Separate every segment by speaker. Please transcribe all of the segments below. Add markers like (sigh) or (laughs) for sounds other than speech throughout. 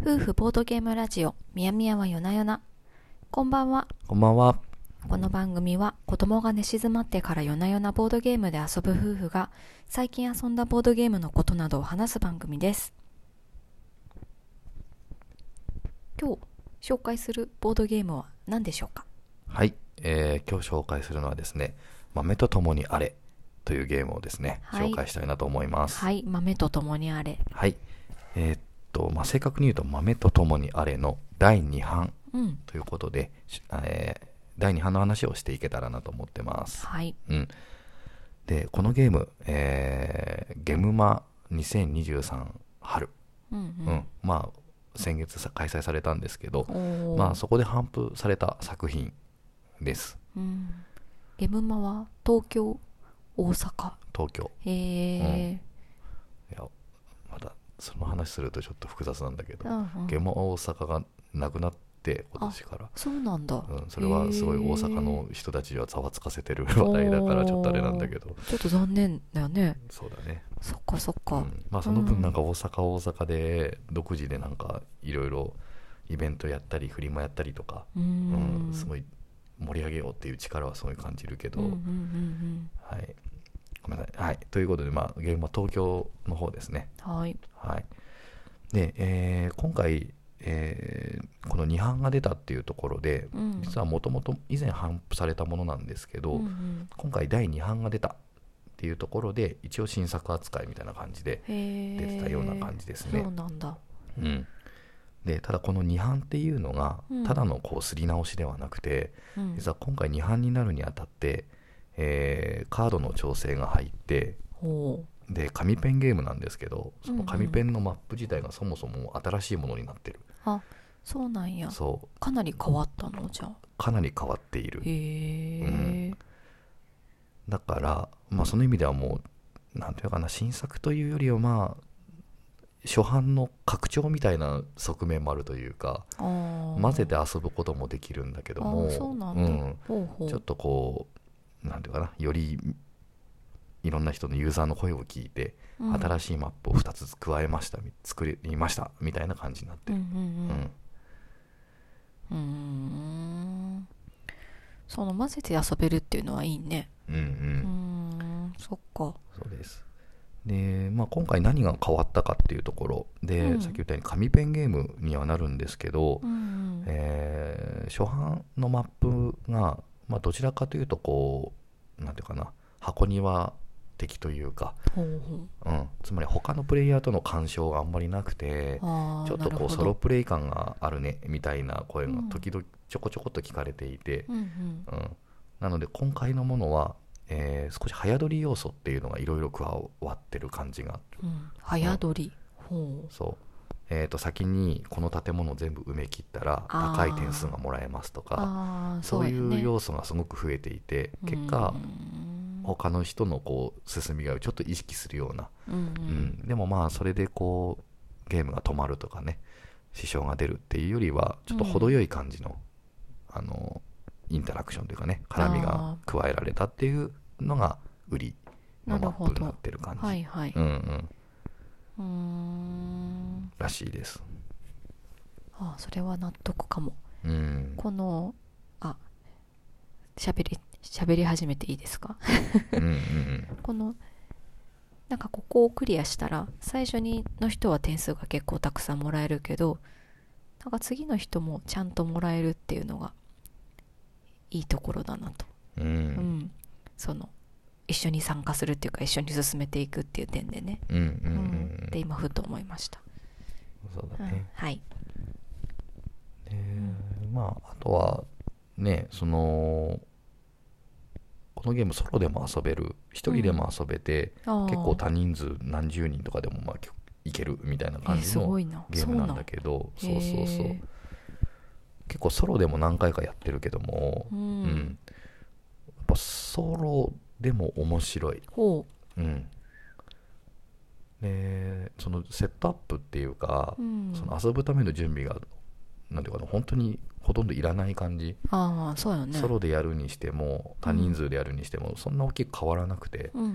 Speaker 1: 夫婦ボードゲームラジオみやみやは夜な夜なこんばんは
Speaker 2: こんばんは。
Speaker 1: この番組は子供が寝静まってから夜な夜なボードゲームで遊ぶ夫婦が最近遊んだボードゲームのことなどを話す番組です今日紹介するボードゲームは何でしょうか
Speaker 2: はい、えー今日紹介するのはですね、豆と共にあれというゲームをですね、
Speaker 1: はい
Speaker 2: 紹介したいなと思います。はい。
Speaker 1: はい豆と共にあれ
Speaker 2: えーっと、まあ、正確に言うと、豆と共にあれの第2版
Speaker 1: うん
Speaker 2: ということで、しえー第2版の話をしていけたらなと思ってます。
Speaker 1: はい
Speaker 2: うん。で、このゲーム、えーゲムマ2023春、
Speaker 1: うん
Speaker 2: うん、まあ、先月さ開催されたんですけど
Speaker 1: う、んおー
Speaker 2: まあ、そこで頒布された作品です。
Speaker 1: うんゲムマは東京大阪
Speaker 2: 東京。
Speaker 1: へえ
Speaker 2: いやまだその話するとちょっと複雑なんだけど、
Speaker 1: うんうん
Speaker 2: ゲモ大阪がなくなって今年から、
Speaker 1: そうなんだ、
Speaker 2: うん、それはすごい大阪の人たちはざわつかせてる話題だからちょっとあれなんだけど
Speaker 1: へーちょっと残念だよね
Speaker 2: そうだね、
Speaker 1: そっかそっ
Speaker 2: う
Speaker 1: か、
Speaker 2: ん、まあその分なんか
Speaker 1: う
Speaker 2: 大阪は大阪で独自でなんかいろいろイベントやったりフリマやったりとか、
Speaker 1: う
Speaker 2: うんんすご
Speaker 1: い
Speaker 2: い盛り上げようっていう力はすごい感じるけど、
Speaker 1: うんうんうん
Speaker 2: はいごめんなさい、はい、ということでまあゲームは東京の方ですね
Speaker 1: うんはい
Speaker 2: はい、で、えー今回、えーこの2版が出たっていうところで、
Speaker 1: うん
Speaker 2: 実はもともと以前頒布されたものなんですけど、
Speaker 1: うんうん
Speaker 2: 今回第2版が出たっていうところで一応新作扱いみたいな感じ
Speaker 1: へ
Speaker 2: で、
Speaker 1: え
Speaker 2: 出てたような感じですね
Speaker 1: そうなんだ
Speaker 2: うん、でただこの2版っていうのが
Speaker 1: うん
Speaker 2: ただのこうすり直しではなくて、
Speaker 1: うん
Speaker 2: 実は今回2版になるにあたって、えーカードの調整が入って
Speaker 1: ほ
Speaker 2: で紙ペンゲームなんですけどそ
Speaker 1: う
Speaker 2: の
Speaker 1: んう
Speaker 2: 紙
Speaker 1: ん
Speaker 2: ペンのマップ自体がそもそも新しいものになってる、
Speaker 1: うあそうなんや
Speaker 2: そう
Speaker 1: かなり変わったのじゃあ
Speaker 2: かなり変わっている
Speaker 1: へえ、
Speaker 2: だから、まあ、その意味ではもうなんていうのかな新作というよりはまあ初版の拡張みたいな側面もあるというか
Speaker 1: あー
Speaker 2: 混ぜて遊ぶこともできるんだけど
Speaker 1: あ
Speaker 2: も
Speaker 1: ーそうなんだ、
Speaker 2: うん
Speaker 1: ほうほう
Speaker 2: ちょっとこうなんていうかなよりいろんな人のユーザーの声を聞いて、
Speaker 1: うん
Speaker 2: 新しいマップを2つ加えましたみ作りましたみたいな感じになって
Speaker 1: うん
Speaker 2: る、
Speaker 1: うん
Speaker 2: う
Speaker 1: うんんうーんその混ぜて遊べるっていうのはいいね
Speaker 2: うんうん
Speaker 1: うーんそっか
Speaker 2: そうです。で、まあ、今回何が変わったかっていうところで、
Speaker 1: うん
Speaker 2: さっき言ったように紙ペンゲームにはなるんですけど、
Speaker 1: うんうん
Speaker 2: えー初版のマップが、まあ、どちらかというとこうなんていうかな箱庭的というか、
Speaker 1: ほうほう
Speaker 2: うん、つまり他のプレイヤーとの干渉があんまりなくて
Speaker 1: あー
Speaker 2: ちょっ
Speaker 1: な
Speaker 2: と
Speaker 1: る
Speaker 2: こ
Speaker 1: ほ
Speaker 2: う
Speaker 1: ど
Speaker 2: ソロプレイ感があるねみたいな声が
Speaker 1: うん
Speaker 2: 時々ちょこちょこっと聞かれていて、
Speaker 1: うんうん
Speaker 2: うん、なので今回のものは、えー少し早撮り要素っていうのがいろいろ加わってる感じがある
Speaker 1: うん早撮りほ
Speaker 2: そうえー、と先にこの建物を全部埋め切ったら
Speaker 1: あー
Speaker 2: 高い点数がもらえますと
Speaker 1: う
Speaker 2: か
Speaker 1: ああ
Speaker 2: そういう
Speaker 1: う
Speaker 2: 要素がすごく増えていて、結果他の人のこう進みがちょっと意識するような、
Speaker 1: うんうん
Speaker 2: うんでもまあそれでこうゲームが止まるとかね支障が出るっていうよりはちょっと程よい感じの、あのインタラクションというかね絡みが加えられたっていうのが売りのマップになってる感じ
Speaker 1: はいはい
Speaker 2: うん
Speaker 1: う
Speaker 2: うん、
Speaker 1: ーん
Speaker 2: らしいです。
Speaker 1: あーそれは納得かも
Speaker 2: うん、
Speaker 1: このあ喋り喋り始めていいですか
Speaker 2: うんうんうん
Speaker 1: このなんかここをクリアしたら最初にの人は点数が結構たくさんもらえるけどなんか次の人もちゃんともらえるっていうのがいいところだなと、
Speaker 2: う
Speaker 1: うん
Speaker 2: ん
Speaker 1: その一緒に参加するっていうか一緒に進めていくっていう点でね、
Speaker 2: うんうんうん
Speaker 1: う
Speaker 2: うんん
Speaker 1: で今ふと思いました、
Speaker 2: そう
Speaker 1: う
Speaker 2: だ
Speaker 1: ん
Speaker 2: ね、
Speaker 1: はい
Speaker 2: でまああとはねそのこのゲームソロでも遊べる一人でも遊べて、
Speaker 1: 結
Speaker 2: 結構多人数何十人とかでもまあきょいけるみたいな感
Speaker 1: えー
Speaker 2: じ
Speaker 1: す
Speaker 2: の
Speaker 1: ご
Speaker 2: ゲ
Speaker 1: いな
Speaker 2: ームなんだけど、
Speaker 1: そうなん
Speaker 2: そうそうそう
Speaker 1: へー
Speaker 2: 結構ソロでも何回かやってるけども、
Speaker 1: うん
Speaker 2: やっぱソロでも面白い
Speaker 1: ほ
Speaker 2: うんでそのセットアップっていうか、
Speaker 1: う、うん、
Speaker 2: その遊ぶための準備がなんていうかな本当にほとんどいらない感じ、
Speaker 1: ああそうよね
Speaker 2: ソロでやるにしても他人数でやるにしてもそんな大きく変わらなくて、
Speaker 1: うんうん
Speaker 2: う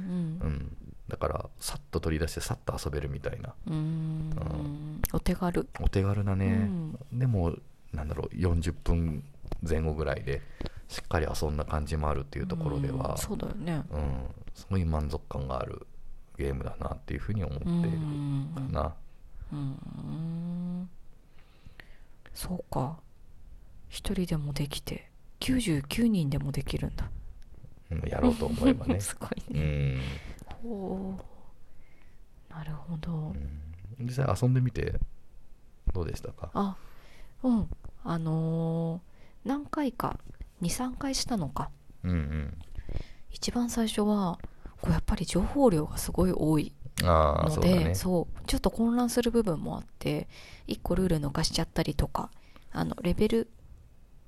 Speaker 2: んだからさっと取り出してさっと遊べるみたいな
Speaker 1: うーんお手軽
Speaker 2: お手軽なね
Speaker 1: う、ん
Speaker 2: でもなんだろう40分前後ぐらいでしっかり遊んだ感じもあるっていうところで
Speaker 1: う
Speaker 2: は
Speaker 1: ん、そうだよね
Speaker 2: うんすごい満足感があるゲームだなっていうふうに思って
Speaker 1: う
Speaker 2: いる
Speaker 1: ん
Speaker 2: かな、
Speaker 1: うんそうか一人でもできて99人でもできるんだ
Speaker 2: うんやろうと思えば (laughs)
Speaker 1: (laughs)
Speaker 2: ね。
Speaker 1: すごいね
Speaker 2: うん
Speaker 1: ほうなるほど
Speaker 2: うん実際遊んでみてどうでしたか
Speaker 1: あうんあのー何回か23回したのか
Speaker 2: うんうん
Speaker 1: 一番最初はこうやっぱり情報量がすごい多い
Speaker 2: ああ
Speaker 1: の
Speaker 2: そうだ
Speaker 1: で
Speaker 2: ね
Speaker 1: そうちょっと混乱する部分もあって1個ルール抜かしちゃったりとかあのレベル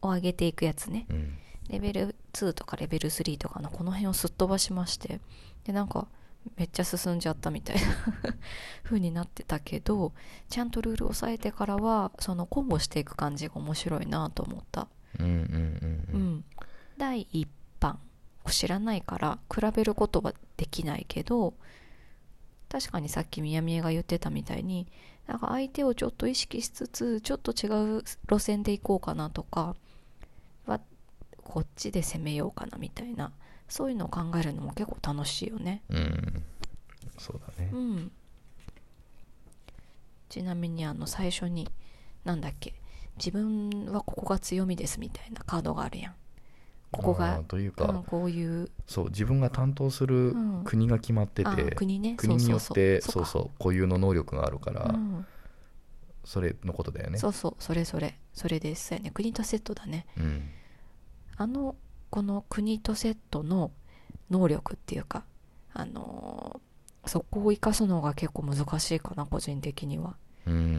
Speaker 1: を上げていくやつね
Speaker 2: うん
Speaker 1: レベル2とかレベル3とかのこの辺をすっ飛ばしましてでなんかめっちゃ進んじゃったみたいな (laughs) 風になってたけどちゃんとルールを押さえてからはそのコンボしていく感じが面白いなと思った
Speaker 2: うんうん
Speaker 1: う、
Speaker 2: うんん
Speaker 1: 第一版を知らないから比べることはできないけど確かにさっき宮宮が言ってたみたいになんか相手をちょっと意識しつつちょっと違う路線で行こうかなとかはこっちで攻めようかなみたいなそういうのを考えるのも結構楽しいよね。
Speaker 2: うんうんそうだね
Speaker 1: うん、ちなみにあの最初になんだっけ自分はここが強みですみたいなカードがあるやん。ここ
Speaker 2: あ
Speaker 1: が
Speaker 2: ーという
Speaker 1: うん、
Speaker 2: か
Speaker 1: こういう
Speaker 2: そう自分が担当する
Speaker 1: うん
Speaker 2: 国が決まって
Speaker 1: あ
Speaker 2: て
Speaker 1: 国ね
Speaker 2: 国によっ
Speaker 1: そう
Speaker 2: て
Speaker 1: そ
Speaker 2: そう
Speaker 1: そうそ
Speaker 2: うそう固有の能力があるか
Speaker 1: う
Speaker 2: ら
Speaker 1: ん
Speaker 2: それのことだよね
Speaker 1: そうそうそれそれそれですそうやね国とセットだね
Speaker 2: うん
Speaker 1: あのこの国とセットの能力っていうかあのーそこを生かすのが結構難しいかな個人的には、
Speaker 2: う
Speaker 1: うん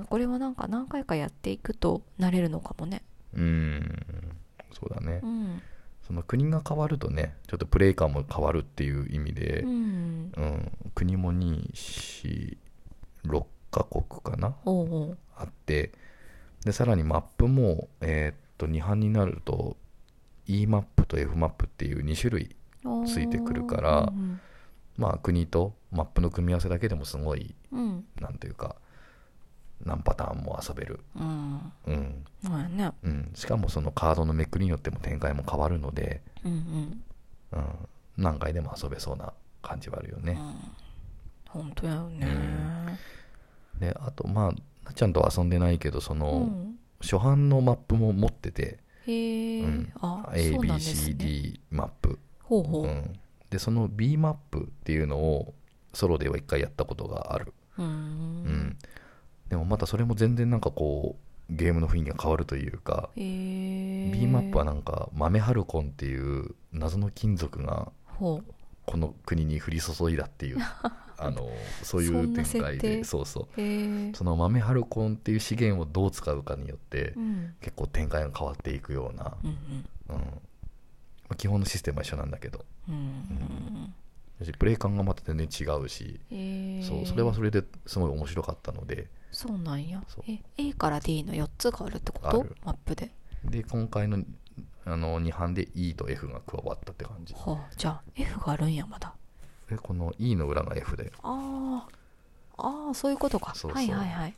Speaker 1: んこれはなんか何回かやっていくと慣れるのかもね
Speaker 2: うんそうだね
Speaker 1: うん、
Speaker 2: その国が変わるとねちょっとプレイ感も変わるっていう意味で
Speaker 1: うん、
Speaker 2: うん国も246カ国かな
Speaker 1: おうおう
Speaker 2: あってでさらにマップも、えーっと2版になると E マップと F マップっていう2種類
Speaker 1: おう
Speaker 2: ついてくるから
Speaker 1: うん
Speaker 2: まあ国とマップの組み合わせだけでもすごい
Speaker 1: うん
Speaker 2: なんというか何パターンも遊べる、
Speaker 1: うん、うん
Speaker 2: うん
Speaker 1: そうやね
Speaker 2: うん、しかもそのカードのめくりによっても展開も変わるので、
Speaker 1: うんうん
Speaker 2: うん、何回でも遊べそうな感じはあるよね、
Speaker 1: 本当やよね、
Speaker 2: であとまあなっちゃんとは遊んでないけどその、
Speaker 1: うん
Speaker 2: 初版のマップも持ってて、
Speaker 1: へえ、
Speaker 2: うん
Speaker 1: あ、そうなんですね。
Speaker 2: ABCD マップ
Speaker 1: ほうほう。
Speaker 2: うん、でその B マップっていうのをソロでは一回やったことがある、
Speaker 1: うー
Speaker 2: うん
Speaker 1: ん。
Speaker 2: でもまたそれも全然なんかこうゲームの雰囲気が変わるというか、
Speaker 1: へえ。
Speaker 2: B マップはなんか豆ハルコンっていう謎の金属が
Speaker 1: ほ
Speaker 2: この国に降り注いだっていう
Speaker 1: (laughs)
Speaker 2: あのそうい
Speaker 1: そん
Speaker 2: う
Speaker 1: な
Speaker 2: 展
Speaker 1: 設
Speaker 2: 開
Speaker 1: 定
Speaker 2: でそうそう
Speaker 1: う。へえ。
Speaker 2: その豆ハルコンっていう資源をどう使うかによって
Speaker 1: うん。
Speaker 2: 結構展開が変わっていくような、
Speaker 1: うんうん。
Speaker 2: うんまあ基本のシステムは一緒なんだけど
Speaker 1: うんうん
Speaker 2: だしプレイ感がまた全然違うし
Speaker 1: うん。へえ。
Speaker 2: そうそれはそれですごい面白かったので
Speaker 1: そうなんや
Speaker 2: そう。
Speaker 1: え、A から D の4つがあるってこ
Speaker 2: あ
Speaker 1: と
Speaker 2: る
Speaker 1: マップで。
Speaker 2: で今回のあの2版で E と F が加わったって感じ
Speaker 1: はあ、じゃあ F があるんや、まだ。
Speaker 2: でこの E の裏が F で
Speaker 1: ああ。ああ、そういうことか。
Speaker 2: そうそう
Speaker 1: はいはいはい。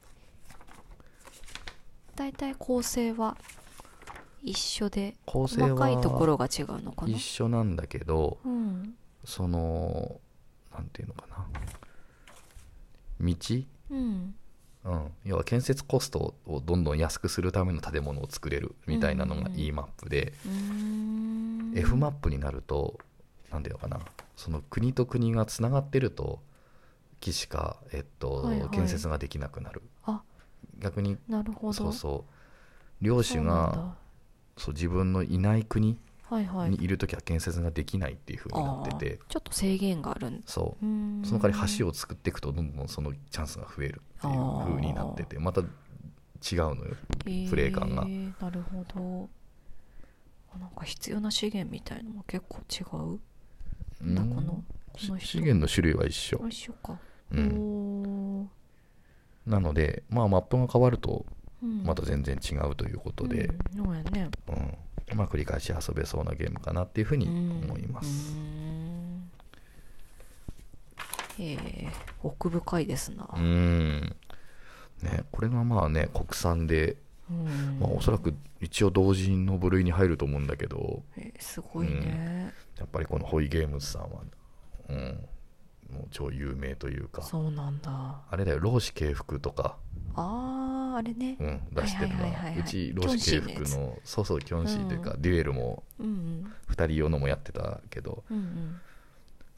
Speaker 1: だいたい構成は一緒で、
Speaker 2: 構成
Speaker 1: 細かいところが
Speaker 2: は
Speaker 1: 違うのかな
Speaker 2: 一。緒なんだけど
Speaker 1: うん。
Speaker 2: そのなんていうのかな道、
Speaker 1: うん。
Speaker 2: うん、要は建設コストをどんどん安くするための建物を作れるみたいなのが
Speaker 1: うん
Speaker 2: E マップで、
Speaker 1: うーん
Speaker 2: F マップになると何ていうのかなその国と国がつながってると木しか、えっと
Speaker 1: はいはい
Speaker 2: 建設ができなくなる
Speaker 1: あ
Speaker 2: 逆に
Speaker 1: なるほど
Speaker 2: そうそう領主
Speaker 1: そうなん
Speaker 2: が
Speaker 1: だ
Speaker 2: そう自分のいない国
Speaker 1: はいはい
Speaker 2: にいる時は建設ができないっていう風になってて
Speaker 1: あーちょっと制限があるん
Speaker 2: そう
Speaker 1: ーん
Speaker 2: うその代わり橋を作っていくとどんどんそのチャンスが増えるっていう風になっててまた違うのよプレイ感が
Speaker 1: へーなるほどあなんか必要な資源みたいのも結構違う
Speaker 2: うん
Speaker 1: なんだこの
Speaker 2: し
Speaker 1: この人
Speaker 2: 資源の種類は一緒
Speaker 1: あ、一緒か、
Speaker 2: うん、
Speaker 1: おー
Speaker 2: なのでまあマップが変わると
Speaker 1: うん
Speaker 2: また全然違うということで、
Speaker 1: うん、そうやね
Speaker 2: うんまあ繰り返し遊べそうなゲームかなっていうふうに思います、
Speaker 1: うーんえー奥深いですな、
Speaker 2: うんね、これがまあね国産で、
Speaker 1: うん
Speaker 2: まあ、おそらく一応同人の部類に入ると思うんだけど
Speaker 1: えーすごいね、
Speaker 2: やっぱりこのホイ・ゲームズさんは、うん、もう超有名というか
Speaker 1: そうなんだあ
Speaker 2: あれだよ老子敬服とか、
Speaker 1: あーあれね
Speaker 2: うん、出してるのは,、
Speaker 1: はいはいはいはいう
Speaker 2: ち老子敬
Speaker 1: キョ
Speaker 2: 服
Speaker 1: ンシーの
Speaker 2: のそうそうキョンシーというか、
Speaker 1: う
Speaker 2: デュエルも
Speaker 1: うんうん
Speaker 2: 2人用のもやってたけど
Speaker 1: うんうん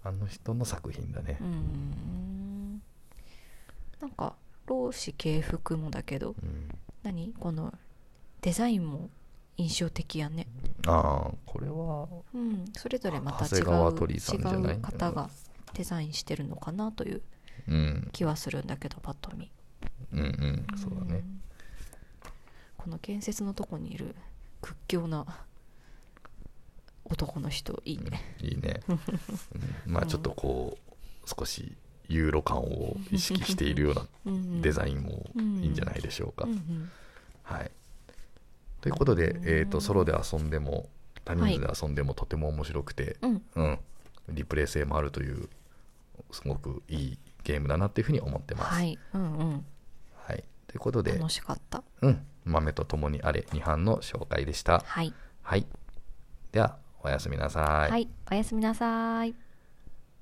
Speaker 2: あの人の作品だね
Speaker 1: う、んなんか老子系服もだけど
Speaker 2: うん、
Speaker 1: 何このデザインも印象的やね
Speaker 2: ああこれは
Speaker 1: うんそれぞれまた
Speaker 2: 長
Speaker 1: 違
Speaker 2: 谷
Speaker 1: う
Speaker 2: 川鳥さんじゃない
Speaker 1: 違う方がデザインしてるのかなという
Speaker 2: うん
Speaker 1: 気はするんだけどパッと見
Speaker 2: うんうんそうだね
Speaker 1: んこの建設のとこにいる屈強な男の人いいね、
Speaker 2: いいね、うんまあちょっとこう少しユーロ感を意識しているような
Speaker 1: うん
Speaker 2: デザ
Speaker 1: ン
Speaker 2: インもいいんじゃないでしょうか、
Speaker 1: うんうん
Speaker 2: はいということで
Speaker 1: う、ん
Speaker 2: えー、とソロで遊んでも他人数で遊んでもとても面白くて、
Speaker 1: うん
Speaker 2: うん、リプレイ性もあるというすごくいいゲームだなっていうふうに思ってます、
Speaker 1: は
Speaker 2: はい
Speaker 1: い、うんうん、
Speaker 2: ということで
Speaker 1: 楽、しかった
Speaker 2: うん、豆と共にあれ2班の紹介でした、
Speaker 1: はい
Speaker 2: はい、ではおやすみなさ
Speaker 1: はい、おやすみなさい。